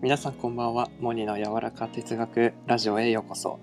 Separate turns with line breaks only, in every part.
皆さんこんばんは。モニの柔らか哲学ラジオへようこそ。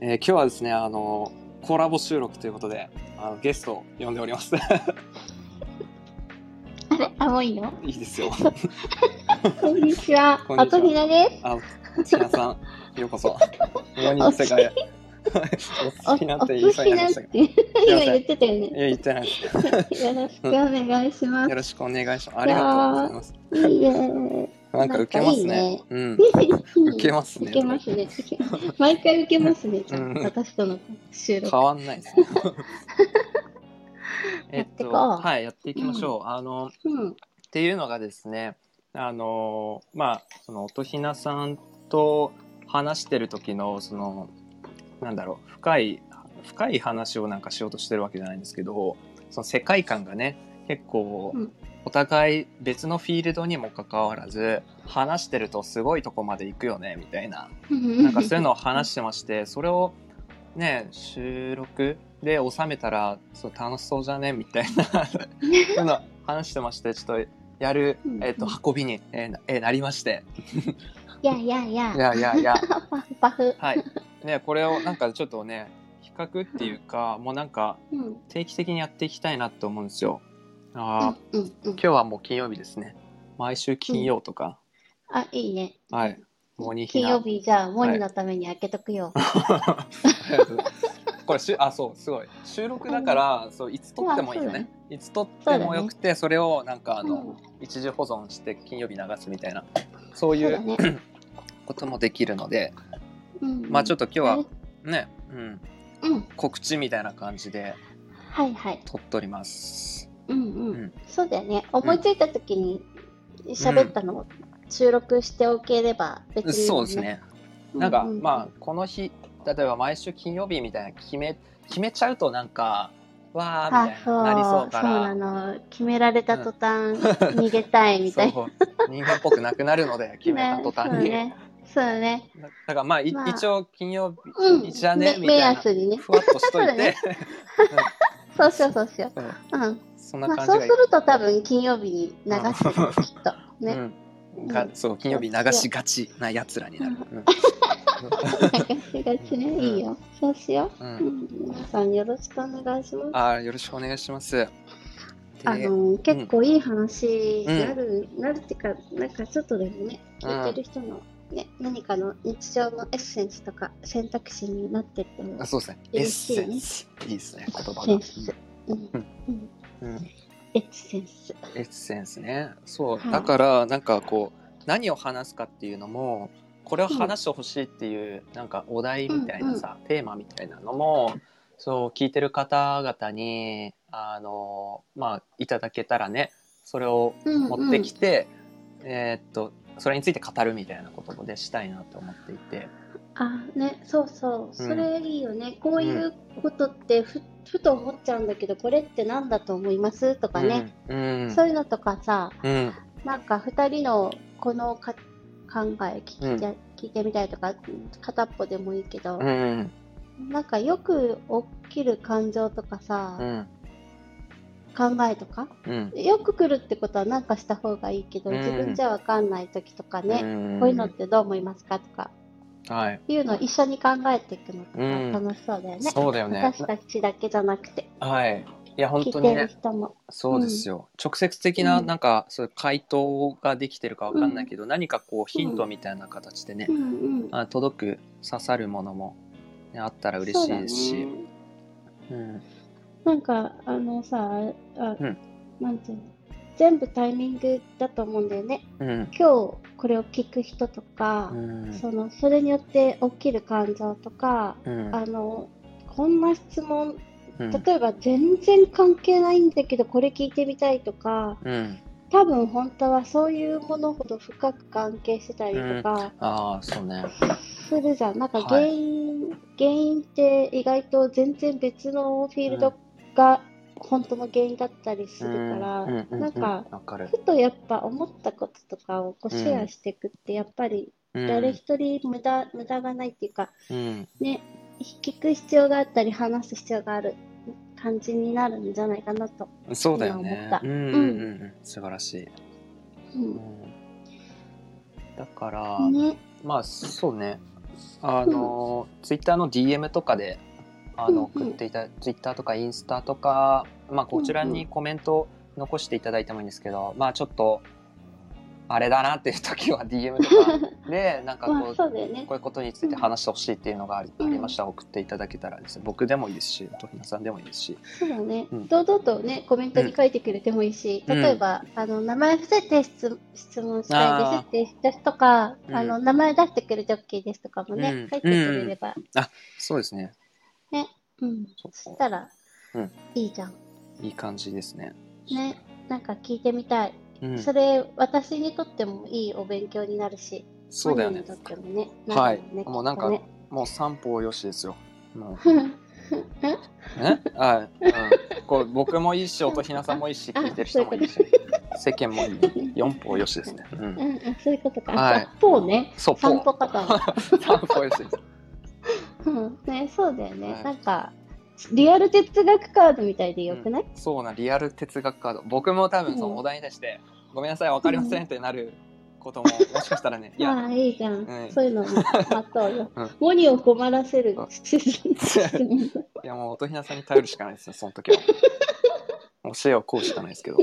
えー今日はですね、あのコラボ収録ということで、あのゲストを呼んでおります。
あれ、あ、もういいの
いいですよ。
こんにちは。
こんにちは
あとひなです。
あ、千奈さん、ようこそ。モニの世界へ。お好きなって言いそうになりましたけど。
おお好きなって
すいま
今
せん
言ってたよ
い
ね。
や、言ってないです。
よろしくお願いしま
よ
す。
ろしくお願いします。ありがとうございます。
いいえ。
なんか受けますね。うん。受けますね
受けますね。毎回受けますね。ちゃん
う
と
ん
私との収録。
変わんないです ね。えっ、
やってことう
はい、やっていきましょう。あの、
うん。
っていうのがですねあのまあその音ひなさんと話してる時のそのなんだろう深い深い話をなんかしようとしてるわけじゃないんですけどその世界観がね結構、
うん
お互い別のフィールドにもかかわらず話してるとすごいとこまで行くよねみたいな
な
なんかそういうのを話してましてそれをね収録で収めたらそう楽しそうじゃねみたいなそういうの話してましてちょっとやる
うんう、ん
えっと運びに、えーなえーなりまして
いやいやいや。
いやいやいや
パフパフ。
はいねこれをなんかちょっとね比較っていうかもうなんか
うん。
定期的にやっていきたいなと思うんですよあー、
うんうん。
今日はもう金曜日ですね毎週金曜とか、
あ、いいね。
はいもう二日
金曜日じゃあ、モニのために開けとくよ。
ありがとうござい ますこれしあそうすごい収録だからそういつ撮ってもいいよ
まあそう
ねいつ撮ってもよくてそれをなんかあの、
うん
一時保存して金曜日流すみたいなそうい
そうだ
う
ね。
こともできるので、
うん
まあちょっと今日
あ
は
れ
ね、うん、
うん。
告知みたいな感じで
はいはい。
撮っております
うんう
うん
ん、そうだよね思いついた時に喋ったのを収録しておければ別にいい
そ
も、
うんですねなんか、
うう
まあこの日例えば毎週金曜日みたいな決め決めちゃうとなんかわーみた
あ
い
そ
な
う
なりそうか
そう
ら
なの決められた途端、逃げたいみたいな
そう人間っぽくなくなるので決めた途端に、
ねそうだね
だだからまあ、い
まあ
一応金曜日、
そうだねうん
じゃね
め
みたいな
目安にね
ふわっとしとい
そうだ
て、
ねそうしようそうしよ
うん
ううん
そんな
まあ
感
そう
じ
す
がい
ると多分金曜日に流すよきっと
い、
ね、
うんが
うん
そう金曜日流しがちなやつらになる、
流 しがちね
うん
いいよそうしよ
うん
う、うん、皆さんよろしくお願いします
あーよろしくお願いしますで
あの結構いい話になる、なるってか、なんかちょっとでもね、
うん
聞いてる人の、ね、何かの日常のエッセンスとか選択肢になってっても
あ、そうですねエッ
嬉し
セ
いね
ンスいいですね言葉
セ
が
ン、ス。うん
うんう
うん
ん、
エッセンス。
エッセンスねそう、
はい
だからなんかこう何を話すかっていうのもこれを話してほしいっていう、なんかお題みたいなさ、テーマみたいなのもそう聞いてる方々にあのまあいただけたらねそれを持ってきて、えーっとそれについて語るみたいなこともでしたいなと思っていて、
あ、ね、そうそう、それいいよね。こういうことってふ、ふと思っちゃうんだけど、これって何だと思いますとかね、
うん、うん
そういうのとかさ、
うん
なんか2人のこのか考え聞きた、
うん
聞いてみたいとか片っぽでもいいけど、
うん
なんかよく起きる感情とかさ、
うん
考えとか
うん
よく来るってことはなんかした方がいいけど、
うん
自分じゃわかんない時とかね、
ん
こういうのってどう思いますかとか
はい、
いうのを一緒に考えていくのと
うん
か楽しそうだよね,、
そうだよね
私たちだけじゃなくて
はいいや本
聞
当
い
に
て
ね
る人も、
そうですよ、直接的な
うん
なんかそういう回答ができてるかわかんないけど、何かこうヒントみたいな形でね、
うんうん、
あ届く刺さるものも、ね、あったら嬉
そう
し
だ
いですしう、
ね、
ん、
なんかあのさあ、
うん
なんていうの全部タイミングだと思うんだよね
うん
今日これを聞く人とか、
うん
そのそれによって起きる感情とか、
うん
あのこんな質問
うん
例えば全然関係ないんだけどこれ聞いてみたいとか
うん
多分本当はそういうものほど深く関係してたりとか
ああそうね
するじゃん、なんか
はい
原因、原因って意外と全然別のフィールドが本当の原因だったりするから、
うんうんうん
なんか
わかる
ふとやっぱ思ったこととかをこうシェアしていくってやっぱり誰一人無駄無駄がないっていうか
うん
ね、聞く必要があったり話す必要がある感じになるんじゃないかなと。
うん、そうだよ
今思
ね
った
うんうんうんうん素晴らしい、
うん
うんだから、
ね。
まあそうねあの、ツイッターの DM とかであの
うんうん
送っていた、ツイッターとかインスタとか、まあ、こちらにコメント残していただいてもいいんですけど、まあちょっとあれだなっていう時は DM と かでなんか
ま
こ
あ
う。
そうだよね
こ。ういうことについて話してほしいっていうのがあり,、
うん
ありましたら送っていただけたらですね僕でもいいですしとひなさんでもいいですし
そうだね
うん。
堂々とね、コメントに書いてくれてもいいし、
うん
例えば、あの、名前伏せて質質問した
あ
いですってとか、
うん
あの、名前出してくれて OK ですとかも
う
ね
ん、
書いてくれれば、
そうですね
うん。
そ
そ
こ
したら
うん、
いいじゃん。
いい感じですね。
ね。なんか聞いてみたい。
うん、
それ、私にとってもいいお勉強になるし、
そうだよね
本人にとってもね。
はい
なるよね
もうなんか
きっとね
もう三方よしですよもう
うん
えはい、うん、こう僕もいいし音ひなさんもいいし
あ
聞いてる人もいいし世間もいい四方よしですね、う、
うんんうん、そういうことか。
はい
あそうね。
そう
散歩
方
方。
三方よしです
うん、ね、そうだよね。
はい
なんか、リアル哲学カードみたいでよくない、
そうなリアル哲学カード僕も多分そのお題に対して、ごめんなさいわかりませんってなることももしかしたらねいや、
ああ、いいじゃ
う
ん。
ん
そういうのも待とうよ。
うん
モニを困らせる
うん
質問。
いやもう音ひなさんに頼るしかないですよその時は教えをこうしかないですけど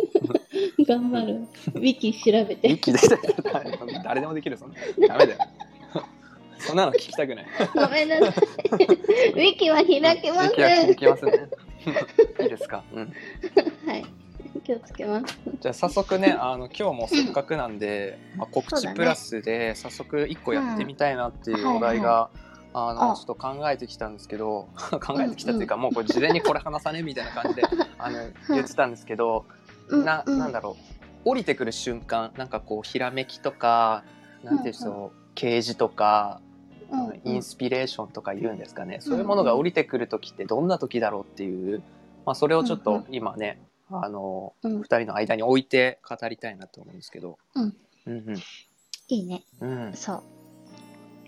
頑張る。ウィキ調べて。
息できたら誰でもできるそんなダメだよそんなの聞きたくない
ごめんなさい。ウィキは開けま
いや聞
せん。
きますね いいですか、うん、
はい。気をつけます。
じゃあ早速ねあの今日もせっかくなん で、まあ、告知プラスで早速一個やってみたいなっていうお題が、あの
あ
ちょっと考えてきたんですけど 考えてきたっていうか、もうこれ事前にこれ話さねみたいな 感じであの言ってたんですけど、
う
ななんだ
だ
ろう降りてくる瞬間なんかこうひらめきとかなんていうんでしょう、啓示とかインスピレーションとか言うんですかね、そういうものが降りてくる時ってどんな時だろうっていう、まあ、それをちょっ
うんう
と
ん
今ね、あの
うん
2人の間に置いて語りたいなと思うんですけど、
うん
うん
いいね。
うんうん
そう。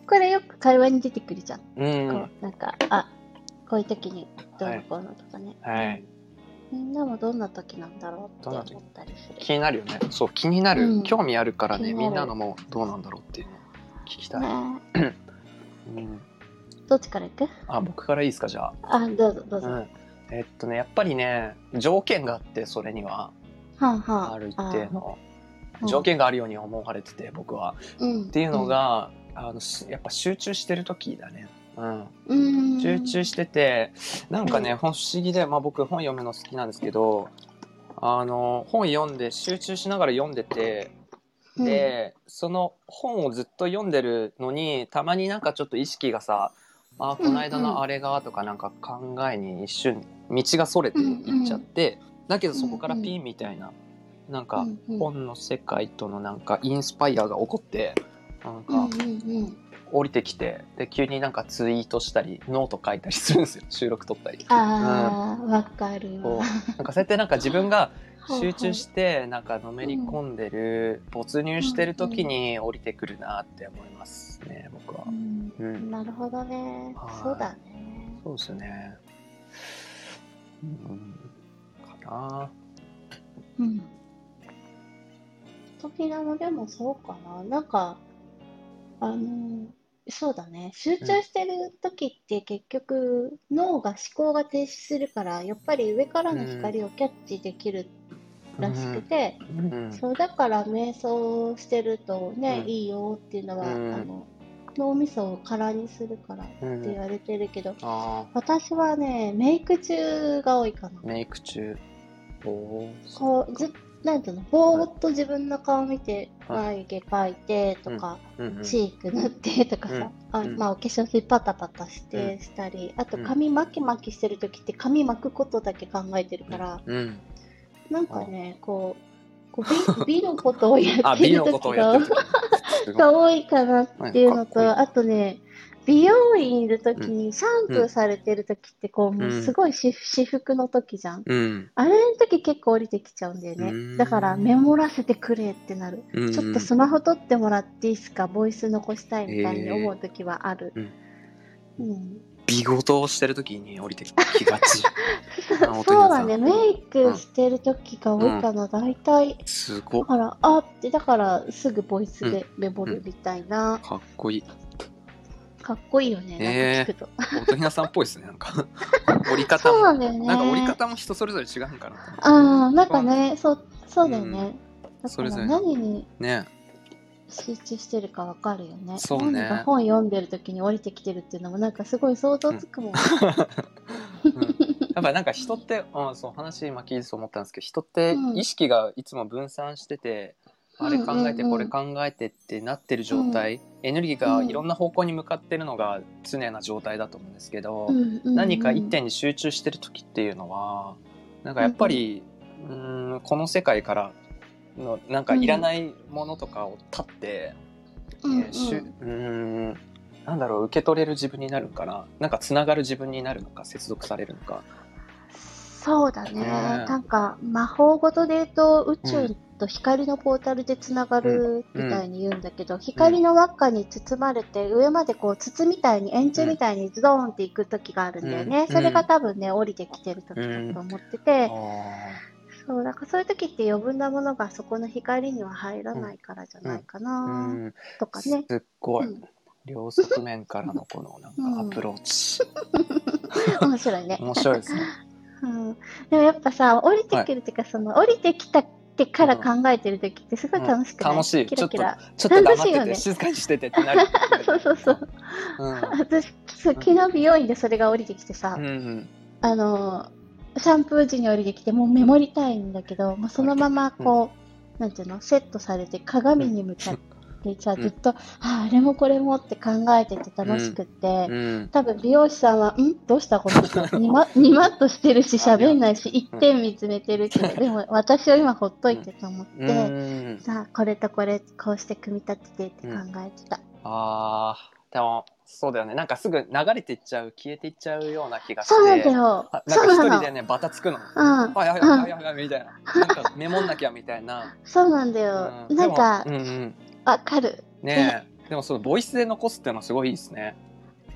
これよく会話に出てくるじゃん。
うん
こうなんか、あこういう時にどうのこうのとかね、
はい
みんなもどんな時なんだろうって
どんな時
思ったりする。
気になるよねそう気になる、
うん
興味あるからね
気にな
み
る
んなのもどうなんだろうっていうのを聞きたい、
ね
うん、
えどっちから行く
あ僕からいいですかじゃあ、
あどうぞどうぞ。
う
は
ん、えっとねやっぱりね条件があってそれには
あはあ
ある一定の
あ
条件があるように思われてて僕は。
うん
っていうのが、あのすやっぱ集中してる時だね。うん、
うん
集中しててなんかね、
う
ほん不思議で、まあ、僕本読むの好きなんですけどあの本読んで集中しながら読んでてで、その本をずっと読んでるのにたまになんかちょっと意識がさ「あーこの間
うんうん
のあれが」とかなんか考えに一瞬道がそれていっちゃって、だけどそこからピンみたいな、なん
う
か
んうん
本の世界とのなんかインスパイアが起こってなん
うん
か
うん
降りてきてで急になんかツイートしたりノート書いたりするんで すよ収録撮ったり。
ああわかる
こ
わ。
うなんかそうやってなんか自分が
はい
集中してなんかのめり込んでる、没入してる時に降りてくるなって思いますね僕は
う。ん
うん
なるほどね
は。い
そうだね。
そうですよね。うん、かな。
うん。トピラもでもそうかな。なんか、あの、そうだね。集中してる時って結局脳が思考が停止するから、やっぱり上からの光をキャッチできるらしくて、
うん、
そうだから瞑想してるとね、
うん
いいよっていうのは、
うん
あの、脳みそを空にするからって
うん
言われてるけど、
あ
私はね、メイク中が多いかな
ー。メイク中。おお。
こうずなんていうのぼーっと自分の顔見て眉毛描いてとか、
うんうん
チーク塗ってとかさ、あ
うん
まあ、お化粧水パタパタしてしたり、あと髪巻き巻きしてる時って髪巻くことだけ考えてるから、
うん。
なんかねこうこう美美のことをや
あ、
って
美
る
のことを
時
やってる
が
時。すごい
が多いかなっていうのと、
はいかっこ
あとね美容院いる時にシャンプーされてる時ってこう、もううんすごい私私服の時じゃん。
うん。
あれの時結構降りてきちゃうんだよ
うー
ね。
ん
だからメモらせてくれってなる。
うん
ちょっとスマホ撮ってもらっていいですかボイス残したいみたいに思う時はある。
うん
うん、
ビゴトをしてる時に降りてきがちあの
そうだね、
音
メ
にな
イクしてる時が多いかな、大体。
ったすごっ
だから、あって、だからすぐボイスでメモるみたいな、
かっこいい
かっこいいよね、なんか聞くと。
音ひなさんっぽいですねなんか折り方
そう
も
なんだよね。
なんか折り方も人それぞれ違うんかなと思っ
ああ、なんかね、そう、そうだよね。だ
そ
か
れ
ら
ぞれ
何に
てね
集中してるかわかるよね。
そうね
何か本読んでる時に降りてきてるっていうのもなんかすごい想像つくもん。
うんやっぱなんか人って、うん、そう話今聞いてて思ったんですけど人って
うん
意識がいつも分散してて、あれ考えて
うんうん
こ
う
れ
ん
考えてってなってる状態、エネルギーがいろんな方向に向かってるのが常な状態だと思うんですけど、
うんうん
何か一点に集中してる時っていうのはなんかやっぱり、うーんこの世界からのなんかいらないものとかを立って、
うん
えーしゅうーんなんだろう受け取れる自分になるのかななんかつながる自分になるのか接続されるのか
そうだね。
ね
なんか魔法ごとで言うと宇宙と光のポータルでつながるみたいに言うんだけど、光の輪っかに包まれて上までこう筒みたいに円柱みたいにズドーンっていく時があるんだよね。
うん
それが多分ね降りてきてる時だと思ってて、そうだからそういう時って余分なものがそこの光には入らないからじゃないか
う
な、
ん
とかね。
すっごい、
うん
両側面からのこのなんかアプローチ、
面白いね。
面白い ですね
うんでもやっぱさ降りてくるっていうか、その降りてきたってから考えてる時ってすごい楽しくない、
うん楽しい
キラキラ
ちょっと黙っ
楽しい
て
よ
て、
ね
静かにしててってなる
そうそうそう、
うん
私そう昨日美容院でそれが降りてきてさ、
うんうん、
あのシャンプー時に降りてきてもうメモりたいんだけどもうそのままこう、なんていうのセットされて鏡に向かってさ、
うん
ずっと、あああれもこれもって考えてて楽しくって、
うん
多分美容師さんは「んどうしたこの人にま」 にまっとしてるし喋んないし一点見つめてるけど でも私は今ほっといてと思って、
うん、
さあこれとこれこうして組み立ててって考えてた、
あーでもそうだよねなんかすぐ流れていっちゃう消えていっちゃうような気がして
そうなんだよ
あな
そ
ん
う
か一
な
人
の
でねバタつくの
うん
はいはいはいはいはいみたいな。なんかメモんなきゃみたいな。
そうなんだ
う
よ、
でも
なんか
うんうん、
わかる
ねえ。でもそのボイスで残すっていうのはすごいいいですね。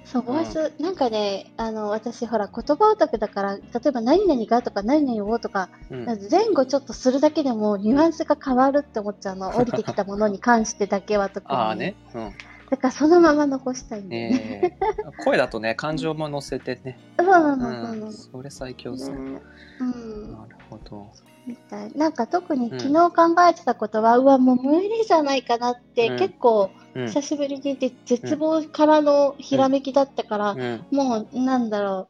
そうボイス、なんかねあの私ほら言葉オタクだから例えば「何々が」とか「何々を」とか
うん。
前後ちょっとするだけでもニュアンスが変わるって思っちゃう の降りてきたものに関してだけは特に
ああね。うん。
だからそのまま残したいんだよ
え
ね
え 声だとね感情も乗せてね。
そうなの、そうな
う
の
ん。。それ最強ですね。
うん、
なるほど。
みたいなんか特に昨日考えてたことは、うわもう無理じゃないかなって、
うん
結構
うん。
久しぶりにで絶望からのひらめきだったから、
うん。
もうなんだろう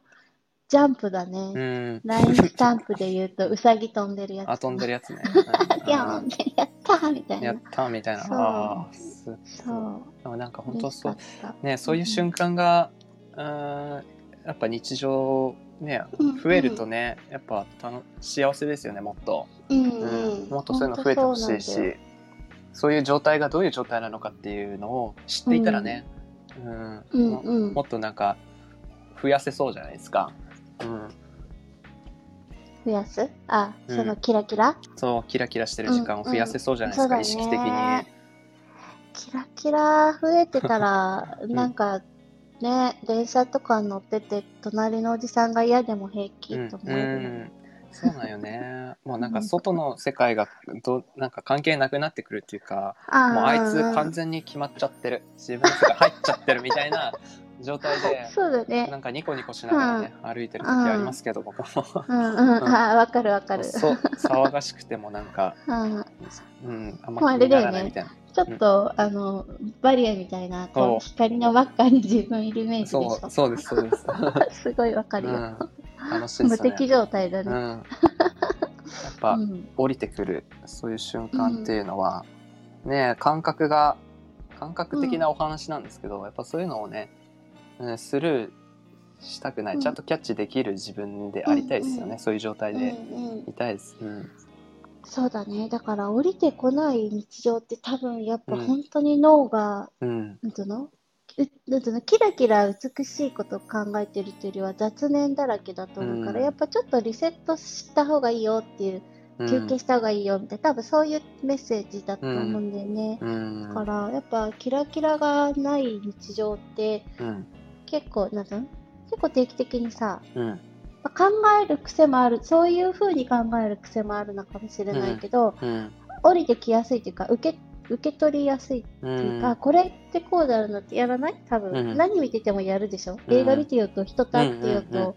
ジャンプだね、
うん。
ラインスタンプで言う とうさぎ飛んでるやつ
あ飛んでるやつね。
ピョンってやったーみた
う
い
んや
な
ったーみたいな。
そう
ああ。す
そう
でもなんか本当そう
嬉しかった
ねそういう瞬間が、うーん、やっぱ日常ね
うん
増えるとね、やっぱ楽幸せですよねもっと、
うん
う
うん、
もっとそういうの増えてほしいし
本当そう
そうん
なだよ
いう状態がどういう状態なのかっていうのを知っていたらね、うん
うん
も
うん
もっとなんか増やせそうじゃないですか、うん、
増やすあ、
うん
そのキラキラ
そうキラキラしてる時間を増やせそうじゃないですか、
うんうん
意
そうだ
識
ね
的に。
キラキラ増えて たら、なんかね、電車とか乗ってて、隣のおじさんが嫌でも平気と思えるよね。
ん、そうなんよ ねもうなんか外の世界がどなんか関係なくなってくるっていうか
あ
もうあいつ完
感
全に決まっちゃってる自分の世界入っちゃってるみたい な状態で
そうだ
な
ね。
んかニコニコしながらね歩いてる時ありますけど僕も
うんうん、あーわかるわかる。
そう騒がしくてもなんか、
うん
うん、あん
もう
ま
あ
気
れ
に
だ
な
よ
ら
ね
ないみたいな、
ちょっと、あの、バリアみたいな、こう、光の輪っかに自分いるイメージでし
そ
ょ
う。そうですそうです、
すごいわか
う
るよ。
ん、楽しいで
無
すね
敵状態だ
うん、
ね。
やっぱ、
うん
降りてくるそういう瞬間っていうのは、ね感覚が感覚的なお話なんですけど、やっぱそういうのをね、うんスルーしたくない、
うん
ちゃんとキャッチできる自分でありたいですよね、
うんうん
そういう状態
うん
で
うん
いたいです。うん
そうだね。だから降りてこない日常って多分やっぱ
うん
本当に脳が
うん
なんていうのうなんていうのキラキラ美しいことを考えてるというよりは雑念だらけだと思うから、
うん
やっぱちょっとリセットした方がいいよっていう、
うん
休憩した方がいいよみたいな多分そういうメッセージだと思うんだよね、
うん
だからやっぱキラキラがない日常って
うん
結構なんていうの結構定期的にさ、
うん
まあ考える癖もあるそういう風に考える癖もあるのかもしれないけど、
うん
降りてきやすいというか受け受け取りやすい
うん
っていうか、これってこうだろうなってやらない多分、
うん
何見ててもやるでしょ、
うん
映画見てようと人と会ってようと、
うんうんうん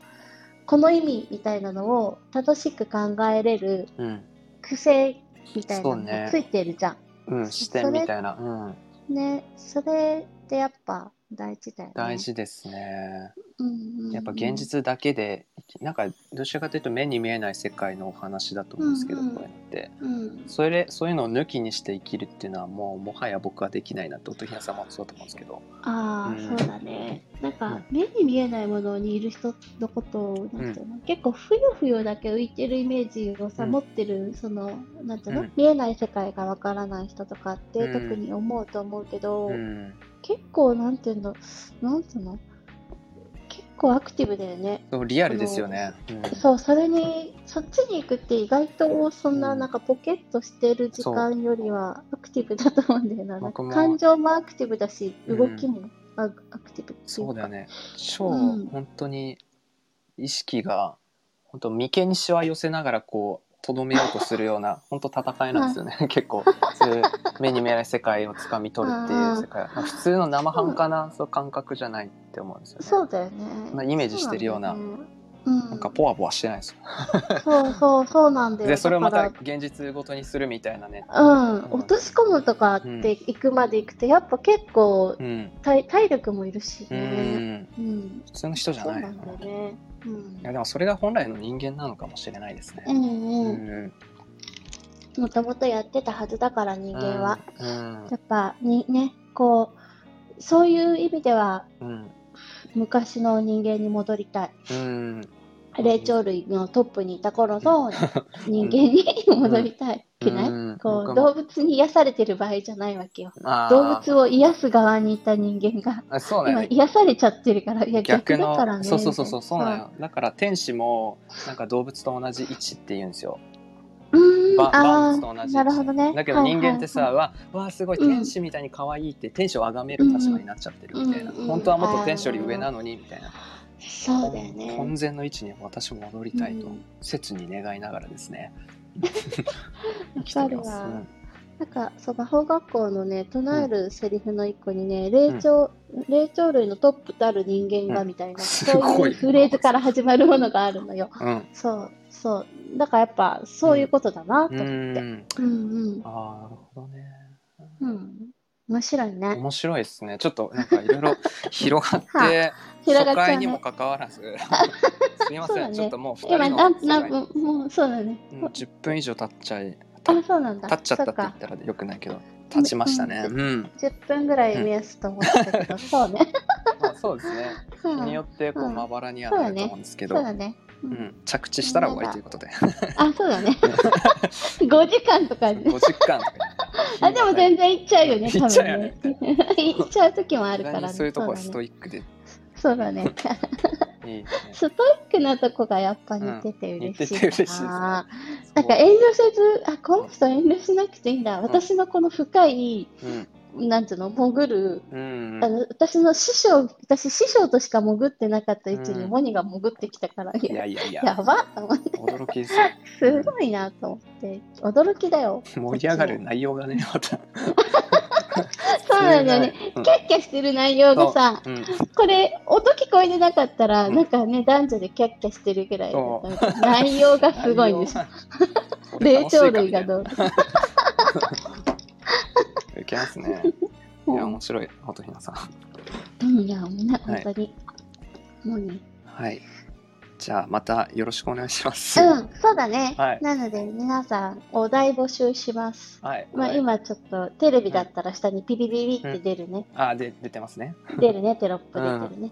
この意味みたいなのを楽しく考えれる
うん
癖みたいなの
そうね
がついてるじゃん。
うん、視点みたいな、うん、
ねそれってやっぱ大事だよね。
大事ですね。
うんうんうん
やっぱ現実だけでなんかどちらかというと目に見えない世界のお話だと思うんですけど、
うんうん
こうやって
うん
それでそういうのを抜きにして生きるっていうのはもうもはや僕はできないなと音ひなさんもそうだと思うんですけど、
ああ、
うん
そうだね。なんか、目に見えないものにいる人のことを、なんていうの、結構ふよふよだけ浮いてるイメージをさ、
うん
持ってる、その、なんていうの、
うん
見えない世界がわからない人とかって、
うん
特に思うと思うけど、
うん、
結構、なんていうの、なんていうの、結構アクティブだよね。
そうリアルですよね。うん
そう、それに、そっちに行くって意外と、そんな、
うん
なんかポケッとしてる時間よりは、アクティブだと思うんだよな。なん
僕
か
も
感情もアクティブだし、
うん
動きもアクアクティブっていうか。
そうだよね超、
うん
本当に意識が本当眉間にしわ寄せながらこうとどめようとするよう な本当戦いなんですよね結構そういう目に見えない世界をつかみ取るっていう世界、まあ、普通の生半可なそう感覚じゃないって思うんですよね。
そうだよね。
まあイメージしてるような
そうなんだよねうん、
なんかポワポワしてないですよ
そうそうそうなんだよ。
でそれをまた
だか
現実ごとにするみたいなね。
らうん、落とし込むとかって行くまで行くと、やっぱ結構
うん、
体体力もいるし
う
ね。
ん
うん、
普通の人じゃ
そう
ない
なんだよ
い
ね。うん
やでもそれが本来の人間なのかもしれないですね。
うん
う
うんもともとやってたはずだから人間は、
うん
やっぱにねこうそういう意味では
うん
昔の人間に戻りたい
うん
霊長類のトップにいた頃の人間 に戻りたいく ない、
うん
こ
僕
う
も
動物に癒されてる場合じゃないわけよ
あー
動物を癒す側にいた人間が
あそうだよ
今
ね
癒されちゃってるからいや逆
逆
だ
の
からね
そうそうそうそうそうなの
よ
よだから天使もなんか動物と同じ位置って言うんですよ
うーん
ば
あ
万物と同
ー
じ
なるほどね
だけど人間ってさ、わわあすごい
うん
天使みたいに可愛いって天使を崇める立場になっちゃってるみたいな
うんうん
本当はもっと天使より上なのにみたいな
そうだよね
本然の位置に私も戻りたいと
うん
切に願いながらです ね生
わ
きて
か
おり
る
ます
わ、
うん
なんかその魔法学校のね唱えるセリフの一個にね、霊長霊長類のトップたる人間がみたいな、
うん
そうい う
すご
フ
い
レーズから始まるものがあるのよ
うん
そうそうだからやっぱそういうことだなと思って、
うん
うん、うん
ああなるほどね
うん、面白いね
面白いですねちょっとなんかいろいろ 広 がって
広
初
がっちゃ
回
う
にも
ね
かかわらず すみま
そう
せ
だ
ん、
ね
ちょっともう二人
今
の
何
世界
何分もうそうだね、
うん、10分以上経っちゃい
あそうなんだ
経っちゃったって
そ
言
っ
っ
か
たらよくないけど経ちましたね
う
うんん、
10分ぐらい目安と思ってたけど、そ うね、
まあ、そうですね
う
日
ん
によってこ
う
うんまばらにはなると思うんですけど、
そう
う
だね、うん
ん、着地したら終わりということで
あそ うだね5時間とかね
50巻とか
あでも全然行っちゃうよね、
行
多
っちゃう
分
よね
ね。行っちゃう時もあるか
意外
ら
にそういうとこはストイックで
そうだね。そうだね
いいですね
ストイックなとこがやっぱ似てて嬉し
う
い。
ん似てて嬉しいですね
あーなんか遠慮せず、あこの人遠慮しなくていいんだ。私のこの深い、
うん
なんていうの、潜る。
うん
あの私の師匠、私師匠としか潜ってなかった位置に
うん
モニが潜ってきたから、
いやいやいや
やばっ と思って、
驚きです
すごいなと思って、驚きだよ。
盛り上がる内容がねまた
そうなんだよね。
うん
キャッキャしてる内容がさ、
うん
これ音聞こえてなかったら、
うん
なんかね男女でキャッキャしてるぐらいだったみたい内容がすごいんですよ霊長類がどう
いけますね。いや、面白い、音ひなさん。
うんいやもうね
は
本
い
当に、もうね
はい。じゃあ、またよろしくお願いします。
うんそうだね、
はい
なので皆さんお題募集します
はい。
まあ、今ちょっとテレビだったら下にピリピリって出るね、
あ、で、出てますね。
出るねテロップ出てるね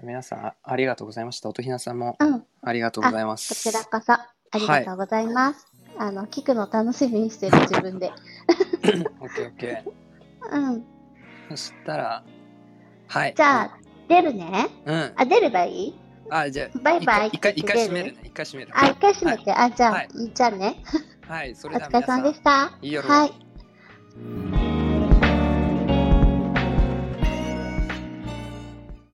う
皆さん、あありがとうございました。音ひなさんも、
ん、うん、こ
ありがとうございま
ち
す。
らこそありがとうございます、あの聞くの楽しみにしてる自分で
オッケー、オッケー。
うん
そしたら。はい。
じゃあ。出るね
うん。
あ出ればいい
あ、じゃあ。
バイバイ
一回、一回
出
閉
る
めるね。一回閉める。
あ、一回閉めて。あ、じゃあ、
はい
じゃあね。
はい、そ
お
れでは
疲れ
皆さ
様で
ん
し。た。
いい夜を
はい。
うん